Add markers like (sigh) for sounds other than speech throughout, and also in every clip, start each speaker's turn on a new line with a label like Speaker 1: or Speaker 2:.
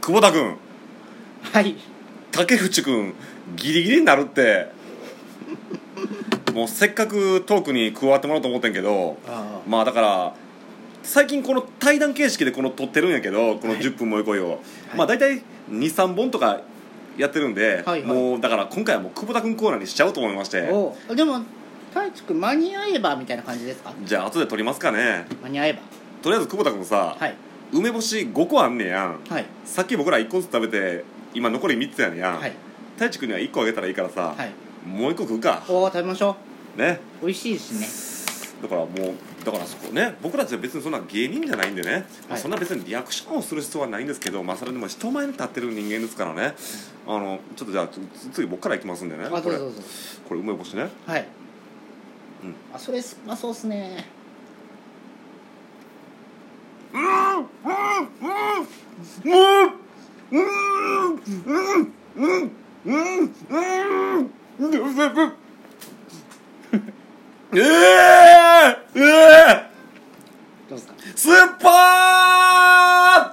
Speaker 1: 久保田君
Speaker 2: はい
Speaker 1: 竹内君ギリギリになるってもうせっかくトークに加わってもらおうと思ってんけど
Speaker 2: あ
Speaker 1: まあだから最近この対談形式でこの撮ってるんやけどこの
Speaker 2: はい
Speaker 1: 10分もいこいを、まあ大体23本とかやってるんで、
Speaker 2: はいはい
Speaker 1: もうだから今回はもう久保田君コーナーにしちゃおうと思いまし
Speaker 2: あ
Speaker 1: て
Speaker 2: おうでも太一くん間に合えばみたいな感じですか
Speaker 1: じゃあ後で撮りますかね
Speaker 2: 間に合えば
Speaker 1: とりあえず久保田君さ、
Speaker 2: はい
Speaker 1: 梅干し5個あんねやん
Speaker 2: はい
Speaker 1: さっき僕ら1個ずつ食べて今残り3つやねんやん、
Speaker 2: はい
Speaker 1: 太一君には1個あげたらいいからさ、
Speaker 2: はい
Speaker 1: もう1個食うか
Speaker 2: おお食べましょ
Speaker 1: ね
Speaker 2: う美味しいしね
Speaker 1: だからもうだからそこね僕らって別にそんな芸人じゃないんでね、まあそんな別にリアクションをする必要はないんですけど、まあ、それでも人前に立ってる人間ですからねあのちょっとじゃあつ次僕からいきますんでね
Speaker 2: あ
Speaker 1: こ
Speaker 2: どう
Speaker 1: れ
Speaker 2: ぞどうぞ
Speaker 1: これ梅干しね
Speaker 2: はい
Speaker 1: うん
Speaker 2: あそれすまあそうっすね
Speaker 1: ええええ
Speaker 2: どうですか
Speaker 1: スーパー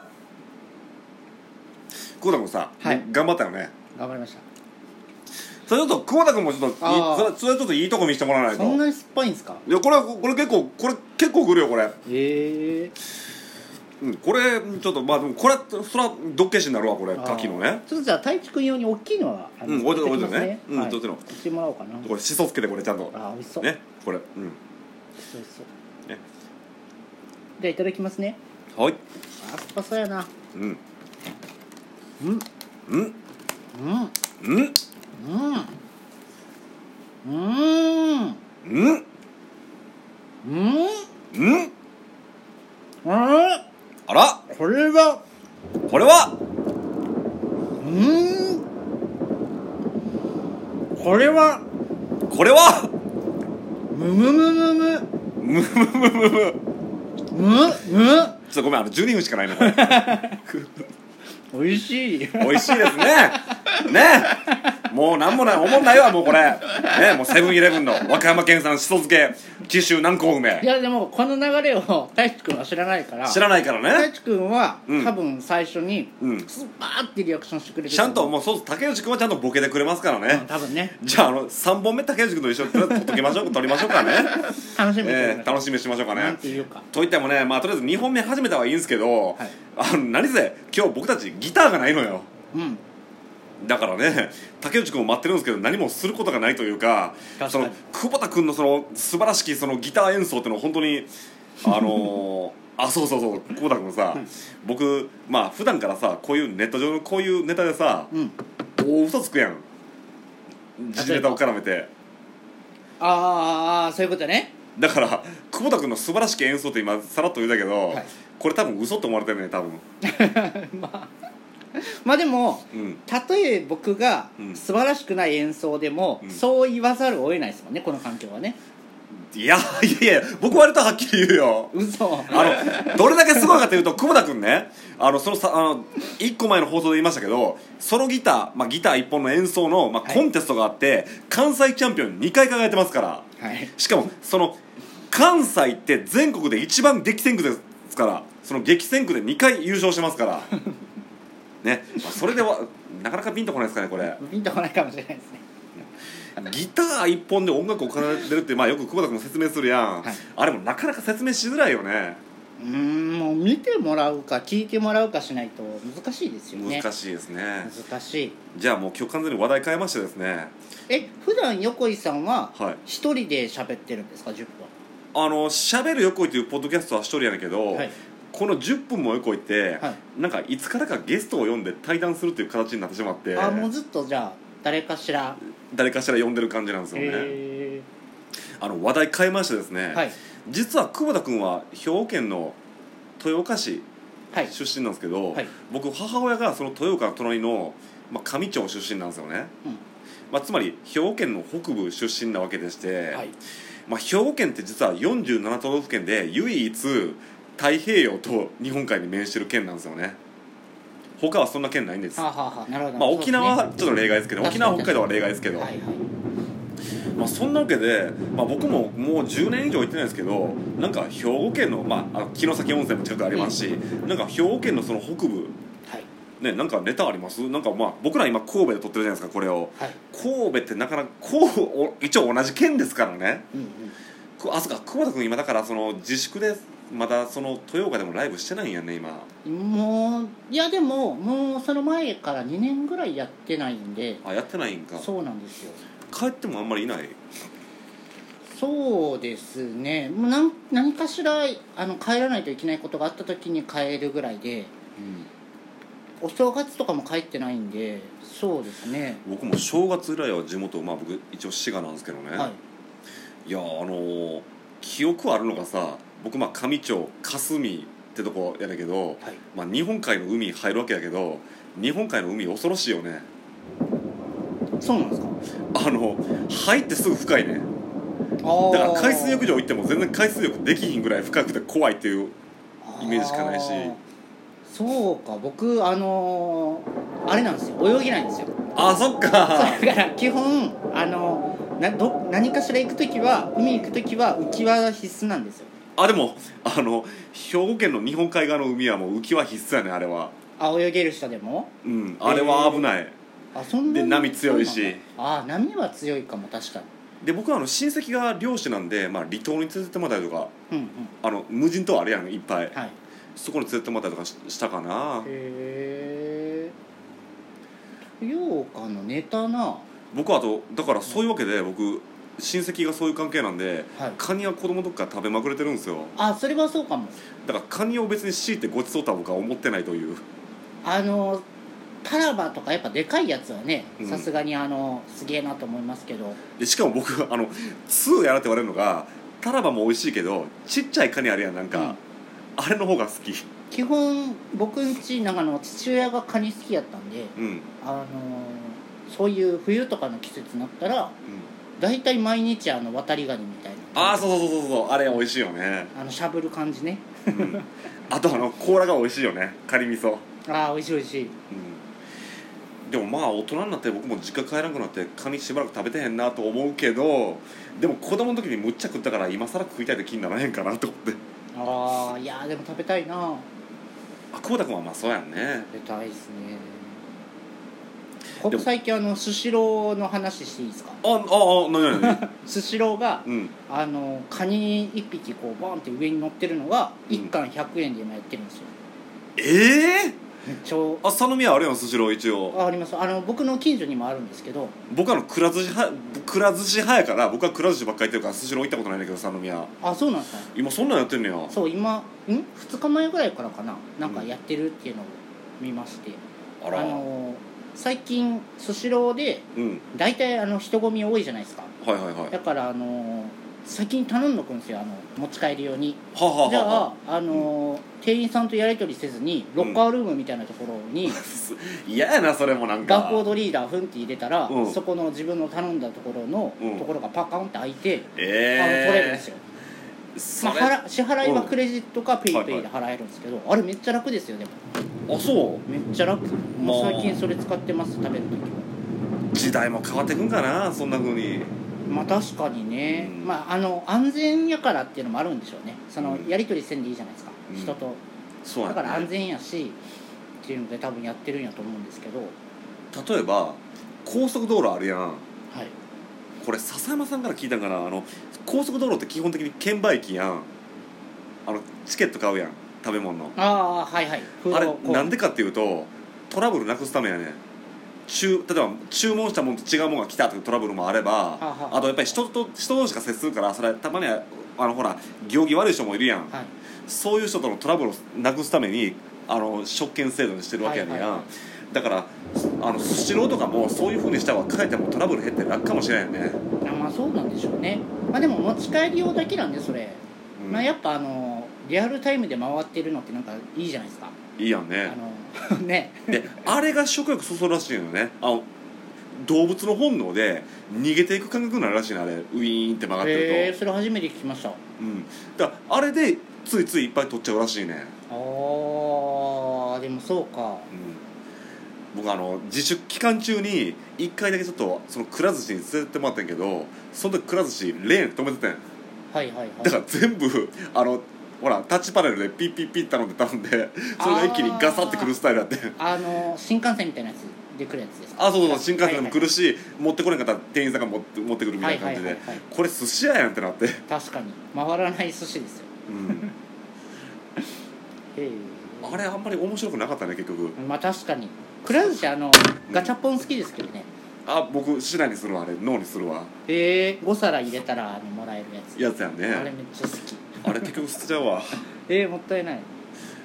Speaker 1: 久保田君さ、
Speaker 2: はい
Speaker 1: 頑張ったよね
Speaker 2: 頑張りました
Speaker 1: それちょっと久保田君もちょっといい
Speaker 2: あー
Speaker 1: それそれちょっといいとこ見せてもらわないと
Speaker 2: そんなに酸っぱいんですか
Speaker 1: いやこれはこれ結構これ結構くるよこれ、
Speaker 2: ええ
Speaker 1: うん、これちょっとまあでもこれそらドッキリになるわこれ
Speaker 2: あー
Speaker 1: 牡蠣のね
Speaker 2: ちょっとじゃあ太一くん用に大きいのはあの
Speaker 1: うん置いて
Speaker 2: 買ってきます
Speaker 1: 置いてねうん
Speaker 2: はい
Speaker 1: どっちの
Speaker 2: 買ってもらおうかな
Speaker 1: これしそつけてこれちゃんと
Speaker 2: あー美味しそう
Speaker 1: ねこれうん
Speaker 2: 美味しそう美味しそう
Speaker 1: ね
Speaker 2: じゃあいただきますね
Speaker 1: はい
Speaker 2: あー酸っぱそうやな
Speaker 1: うん
Speaker 2: うん
Speaker 1: うん
Speaker 2: うん
Speaker 1: うん
Speaker 2: うんうん
Speaker 1: うん
Speaker 2: うん
Speaker 1: うん
Speaker 2: あ
Speaker 1: あら
Speaker 2: れこれは
Speaker 1: これは
Speaker 2: うんこれは
Speaker 1: これは (laughs)
Speaker 2: むむむむむ
Speaker 1: むむむむむ
Speaker 2: む
Speaker 1: ち
Speaker 2: む
Speaker 1: ょっとごめんあの12分しかないのこれ
Speaker 2: 美味しい
Speaker 1: 美味しいですねねもうなんもないおもんないわもうこれねもうセブンイレブンの和歌山県産しそ漬け紀州南高梅
Speaker 2: いやでもこの流れを太一くんは知らないから
Speaker 1: 知らないから
Speaker 2: 太
Speaker 1: ね
Speaker 2: 一くんは、
Speaker 1: うん
Speaker 2: 多分最初に、
Speaker 1: うん
Speaker 2: スパーってリアクションしてくれてる
Speaker 1: ちゃんともうそう竹内君はちゃんとボケてくれますから
Speaker 2: うん
Speaker 1: ね
Speaker 2: 多分ね
Speaker 1: じゃああの3本目竹内君と一緒にとりあえず撮っときましょう撮りましょうかね、
Speaker 2: 楽しみにして
Speaker 1: え
Speaker 2: く
Speaker 1: ー
Speaker 2: ださい
Speaker 1: 楽しみにしましょうか
Speaker 2: なん
Speaker 1: ね
Speaker 2: ていうか
Speaker 1: といってもねまあとりあえず2本目始めたはいいんですけど、
Speaker 2: はい
Speaker 1: あの何せ今日僕たちギターがないのよ
Speaker 2: うん
Speaker 1: だからね竹内君を待ってるんですけど何もすることがないというか
Speaker 2: 確か
Speaker 1: そ
Speaker 2: に
Speaker 1: の久保田君のその素晴らしきそのギター演奏っていうのは本当
Speaker 2: (laughs)
Speaker 1: にあのーあそうそうそう久保田君さ僕まあ普段からさこういうネット上のこういうネタでさ
Speaker 2: うん
Speaker 1: 大嘘つくやん時事ネタを絡めて
Speaker 2: ああそういうことね
Speaker 1: だから久保田君の素晴らしき演奏って今さらっと言うたけど、
Speaker 2: はい
Speaker 1: これ多分嘘って思われてるね多分
Speaker 2: まあでも
Speaker 1: うん
Speaker 2: たとえ僕が
Speaker 1: うん
Speaker 2: 素晴らしくない演奏でも、
Speaker 1: うん
Speaker 2: そう言わざるを得ないですもんねこの環境はね
Speaker 1: いやいやいや僕割とはっきり言うよ
Speaker 2: 嘘
Speaker 1: あのどれだけすごいかというと久保田君ねあのそのさあの1個前の放送で言いましたけどソロギター、まあ、ギター1本の演奏の、まあ、
Speaker 2: はい
Speaker 1: コンテストがあって、関西チャンピオンに2回輝いてますから
Speaker 2: はい
Speaker 1: しかもその関西って全国で一番激戦区ですからその激戦区で2回優勝してますから (laughs) ね、まあ、それではなかなかピンとこないですかねこれ
Speaker 2: ピンとこないかもしれないですね
Speaker 1: ギター1本で音楽を奏でるって、まあ、よく久保田君も説明するやん、
Speaker 2: はい
Speaker 1: あれもなかなか説明しづらいよね
Speaker 2: うーんもう見てもらうか聞いてもらうかしないと難しいですよね
Speaker 1: 難しいですね
Speaker 2: 難しい
Speaker 1: じゃあもう今日完全に話題変えましてですね
Speaker 2: え普段横井さんは
Speaker 1: はい
Speaker 2: 一人で喋ってるんですか10
Speaker 1: あの「しゃべる横井」というポッドキャストは一人やねんけど、
Speaker 2: 分はい
Speaker 1: この「10分も横井」って、
Speaker 2: は
Speaker 1: なんかいつからかゲストを呼んで対談するっていう形になってしまって
Speaker 2: あもうずっとじゃあ誰かしら
Speaker 1: 誰かしら呼んでる感じなんですよね
Speaker 2: へ
Speaker 1: あの話題変えましてです
Speaker 2: え
Speaker 1: ね、
Speaker 2: はい
Speaker 1: 実は久保田君は兵庫県の豊岡市
Speaker 2: はい
Speaker 1: 出身なんですけど、
Speaker 2: はい
Speaker 1: 僕母親がその豊岡の隣の、まあ、上町出身なんですよね、
Speaker 2: うん
Speaker 1: まあ、つまり兵庫県の北部出身なわけでして、
Speaker 2: はい
Speaker 1: まあ、兵庫県って実は47都道府県で唯一太平洋と日本海に面してる県なんですよね他はそんな県ないんです
Speaker 2: はあ、はあはあなるほど
Speaker 1: まあ、
Speaker 2: そうで
Speaker 1: 沖
Speaker 2: すね
Speaker 1: 縄はちょっと例外ですけど沖縄は北海道は例外ですけど、
Speaker 2: はいはい
Speaker 1: まあ、そんなわけで、まあ、僕ももう10年以上行ってないですけどなんか兵庫県の,、まあ、あの城崎温泉も近くありますし、なんか兵庫県のその北部
Speaker 2: はい
Speaker 1: ねなんかネタありますなんかまあ僕ら今神戸で撮ってるじゃないですかこれを
Speaker 2: はい
Speaker 1: 神戸ってなかなか神戸お一応同じ県ですからね
Speaker 2: うんうん
Speaker 1: こあそうか久保田君今だからその自粛でまだその豊岡でもライブしてないんやね今
Speaker 2: もういやでももうその前から2年ぐらいやってないんで
Speaker 1: あやってないんか
Speaker 2: そうなんですよ
Speaker 1: 帰ってもあんまりいない
Speaker 2: そうですねもう何何かしらあの帰らないといけないことがあった時に帰るぐらいでお正月とかも帰ってないんでそうですね
Speaker 1: 僕も正月以来は地元まあ僕一応滋賀なんですけどね、
Speaker 2: はい
Speaker 1: い、やあのー記憶あるのがさ僕まあ上町霞ってとこやだけど、
Speaker 2: はい
Speaker 1: まあ、日本海の海入るわけやけど日本海の海恐ろしいよね
Speaker 2: そうなんですか
Speaker 1: あの入ってすぐ深いね
Speaker 2: あ
Speaker 1: だから
Speaker 2: ー
Speaker 1: 海水浴場行っても全然海水浴できひんぐらい深くて怖いっていうイメージしかないし
Speaker 2: あーそうか僕あのーあれなんですよ泳ぎないんですよ
Speaker 1: あそっか
Speaker 2: だから基本あのなど何かしら行く時は海行く時は浮き輪必須なんですよ
Speaker 1: あでもあの兵庫県の日本海側の海はもう浮きは必須やねあれは
Speaker 2: あ泳げる人でも
Speaker 1: うんあれは危ない、
Speaker 2: あそんな
Speaker 1: で
Speaker 2: に
Speaker 1: 波強いし
Speaker 2: そうなんだあ波は強いかも確か
Speaker 1: で僕はあの親戚が漁師なんで、まあ、離島に連れてってもらったりとか
Speaker 2: にうん
Speaker 1: あの無人島あるやんいっぱい
Speaker 2: うんはいへ
Speaker 1: そこに連れてってもらったりとかししたかな
Speaker 2: えうかのネタなは
Speaker 1: 僕はあとだからそういうわけで僕親戚がそういう関係なんで
Speaker 2: い
Speaker 1: カニは子供の時から食べまくれてるんですよ
Speaker 2: あそれはそうかも
Speaker 1: だからカニを別に強いてごちそうとは僕は思ってないという
Speaker 2: あのタラバとかやっぱでかいやつはね
Speaker 1: うん
Speaker 2: さすがにあのすげえなと思いますけど
Speaker 1: でしかも僕 (laughs) あの2やらって言われるのがタラバも美味しいけどちっちゃいカニあるやんなんか、
Speaker 2: うん
Speaker 1: あれの方が好き
Speaker 2: 基本僕んちなんかあの父親がカニ好きやったんで
Speaker 1: うん、うん、
Speaker 2: あのそういう冬とかの季節になったら大体毎日あの渡りガニみたいな
Speaker 1: ああそうそうそうそうそうあれ美味しいよね、
Speaker 2: あのしゃぶる感じね
Speaker 1: うん、あとあの甲羅が美味しいよねカニ味噌、
Speaker 2: ああ美味しい美味しい
Speaker 1: うん、でもまあ大人になって僕も実家帰らなくなってカニしばらく食べてへんなと思うけどでも子供の時にむっちゃ食ったから今更食いたいって気にならへんかなと思って
Speaker 2: ああいやーでも食べたいな
Speaker 1: あ久保田君はまあそうやんね
Speaker 2: 食べたいです
Speaker 1: で
Speaker 2: ね僕
Speaker 1: も
Speaker 2: 最近あのスシローの話していいですか
Speaker 1: あああなにな (laughs) に
Speaker 2: スシローが
Speaker 1: うん
Speaker 2: あのカニ1匹こうボーンって上に乗ってるのが
Speaker 1: うん
Speaker 2: 1貫100円で今やってるんですよ
Speaker 1: ええ
Speaker 2: めっちゃ
Speaker 1: あ佐宮あるやんスシロー一応
Speaker 2: あありますあの僕の近所にもあるんですけど
Speaker 1: 僕あのくら寿司はくら寿司派やから僕はくら寿司ばっかり行ってるからスシロー行ったことないんだけど佐宮
Speaker 2: あそうなんですか
Speaker 1: 今そんなんやってんねや
Speaker 2: そう今ん2日前ぐらいからかななんかやってるっていうのを見まして、
Speaker 1: あ
Speaker 2: あ
Speaker 1: ら
Speaker 2: の最近スシローで
Speaker 1: うん
Speaker 2: 大体あの人混み多いじゃないですか
Speaker 1: はいはいはい
Speaker 2: だからあの先に頼んどくんですよあの持ち帰り用に
Speaker 1: はあはあはあ
Speaker 2: じゃああの、店員さんとやり取りせずにロッカールームみたいなところ
Speaker 1: (laughs)
Speaker 2: に
Speaker 1: 嫌やなそれもなんか
Speaker 2: 学校ドリーダーふんって入れたら、
Speaker 1: うん
Speaker 2: そこの自分の頼んだところの、
Speaker 1: うん
Speaker 2: ところがパカンって開いて、あの取れるんで
Speaker 1: え
Speaker 2: すよ、
Speaker 1: えそ
Speaker 2: まあ、
Speaker 1: れ
Speaker 2: 払支払いは
Speaker 1: うん
Speaker 2: クレジットかペイペイで払えるんですけど、あれめっちゃ楽ですよでも
Speaker 1: あそ
Speaker 2: めっちゃ楽もう
Speaker 1: まあ
Speaker 2: 最近それ使ってます食べる時は
Speaker 1: う時代も変わってくんかなそんなふうに
Speaker 2: まあ確かにね、
Speaker 1: うん
Speaker 2: まああの安全やからっていうのもあるんでしょうねその
Speaker 1: うん
Speaker 2: やり取りせんでいいじゃないですか、
Speaker 1: うん
Speaker 2: 人と
Speaker 1: そうや
Speaker 2: だ
Speaker 1: ね
Speaker 2: から安全やしっていうので多分やってるんやと思うんですけどは
Speaker 1: 例えば高速道路あるやん
Speaker 2: い
Speaker 1: これ笹山さんから聞いたんかなあの高速道路って基本的に券売機やんあのチケット買うやん食べ物の
Speaker 2: ああはいはいフ
Speaker 1: あれ
Speaker 2: コー
Speaker 1: なんでかっていうとトラブルなくすためやね注例えば注文したものと違うものが来たというトラブルもあれば、
Speaker 2: はあ
Speaker 1: あとやっぱり人と人同士が接するからそれはたまにはあのほら行儀悪い人もいるやん、
Speaker 2: はい
Speaker 1: そういう人とのトラブルをなくすためにあの職権制度にしてるわけやねんや、
Speaker 2: はいはいは
Speaker 1: だからあのスシローとかもそういうふうにしたらかえってもトラブル減って楽かもしれないよね、
Speaker 2: あまあそうなんでしょうねまあでも持ち帰り用だけなんでそれ、
Speaker 1: うん
Speaker 2: まあやっぱあのリアルタイムで回ってるのってなんかいいじゃないですか
Speaker 1: いいやんね
Speaker 2: あの (laughs) ね
Speaker 1: であれが食欲そそるらしいのよねあの動物の本能で逃げていく感覚になるらしいのあれウィーンって曲がってると、
Speaker 2: へえそれ初めて聞きましたあ
Speaker 1: うん、だからあれでついついいっぱい取っちゃうらしいね、
Speaker 2: ーでもそうか
Speaker 1: うん、僕あの自粛期間中に1回だけちょっとそのくら寿司に連れてってもらったんやけどその時くら寿司レーン止めてたんや
Speaker 2: はいはいはい
Speaker 1: だから全部あのほらタッチパネルでピッピッピッ頼んで頼んでそれが一気にガサってくるスタイルだって
Speaker 2: あの新幹線みたいなやつで来るやつですか
Speaker 1: あそうそう新幹線でも来るし、持ってこれんかったら店員さんが持って持ってくるみたいな感じで、
Speaker 2: はいはいはいはい
Speaker 1: これ寿司屋やんってなって、
Speaker 2: 確かに回らない寿司ですよ
Speaker 1: うん、あれあんまり面白くなかったね結局
Speaker 2: まあ確かにくら寿司あのガチャポン好きですけどね
Speaker 1: あ僕市内にするわあれ脳にするわ
Speaker 2: へえ5皿入れたらあのもらえるやつ
Speaker 1: やつやん
Speaker 2: あれ
Speaker 1: ね
Speaker 2: めっちゃ好き
Speaker 1: あれ結局捨てちゃうわ
Speaker 2: えー、もったいない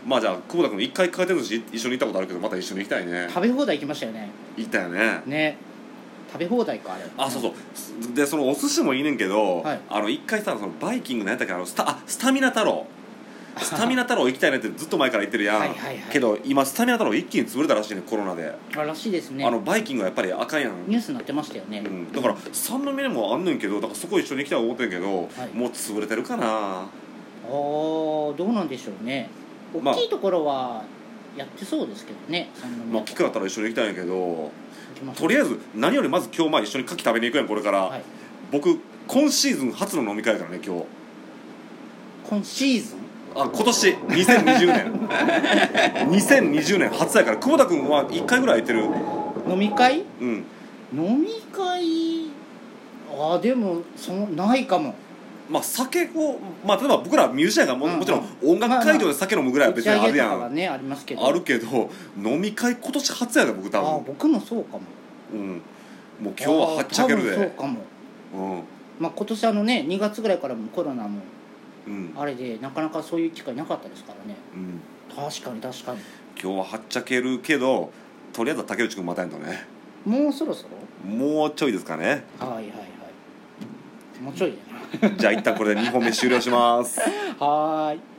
Speaker 1: まあじゃあ久保田君一回回転寿司一緒に行ったことあるけどまた一緒に行きたいね
Speaker 2: 食べ放題行きましたよね
Speaker 1: 行ったよね
Speaker 2: ね食べ放題かあれ
Speaker 1: あそうそうでそのお寿司もいいねんけど、
Speaker 2: はい
Speaker 1: あの一回さそのバイキングのやったっけあのスタあスタミナ太
Speaker 2: (laughs)
Speaker 1: 郎スタミナ太郎行きたいねってずっと前から言ってるやん、
Speaker 2: はいはいはい
Speaker 1: けど今スタミナ太郎一気に潰れたらしいねコロナで、
Speaker 2: あらしいですね
Speaker 1: あのバイキングはやっぱりあかんやん、
Speaker 2: ニュースになってましたよね、
Speaker 1: うん、だから三の目もあんねんけどだからそこ一緒に行きたいと思ってんけど、
Speaker 2: い
Speaker 1: もう潰れてるかな
Speaker 2: あーどうなんでしょうね
Speaker 1: まあ
Speaker 2: 大きいところはやってそうですけどね、三宮
Speaker 1: まあ機会あったら一緒に行きたいんやけど
Speaker 2: 行きましょ
Speaker 1: と
Speaker 2: う
Speaker 1: りあえず何よりまず今日まあ一緒に牡蠣食べに行くやんこれから、
Speaker 2: はい、
Speaker 1: 僕今シーズン初の飲み会やからね今日
Speaker 2: 今シーズン
Speaker 1: あ今年2020年2020年初やから久保田君は1回ぐらい空いてる
Speaker 2: 飲み会
Speaker 1: うん
Speaker 2: 飲み会あーでもそのないかも
Speaker 1: まあ酒をまあ例えば僕らミュージシャンがも,、
Speaker 2: うんうん
Speaker 1: もちろん音楽会場で酒飲むぐらいは別にあるや
Speaker 2: 打ち上げとか
Speaker 1: ん、
Speaker 2: はねありますけど
Speaker 1: あるけど飲み会今年初やで僕
Speaker 2: あ
Speaker 1: 多
Speaker 2: ー
Speaker 1: 分
Speaker 2: 僕もそうかも
Speaker 1: うんもう今日ははっちゃける
Speaker 2: あー多分そう
Speaker 1: で
Speaker 2: かも
Speaker 1: うん
Speaker 2: まあ今年あのね2月ぐらいからもコロナも
Speaker 1: うん、
Speaker 2: あれでなかなかそういう機会なかったですからね
Speaker 1: うん、
Speaker 2: 確かに確かに
Speaker 1: 今日ははっちゃけるけどとりあえずは竹内君またやんとね
Speaker 2: もうそろそ
Speaker 1: もうちょいですかね
Speaker 2: ろはいはいはいもうちょいや
Speaker 1: じゃあ一旦これで2本目終了します
Speaker 2: なはーい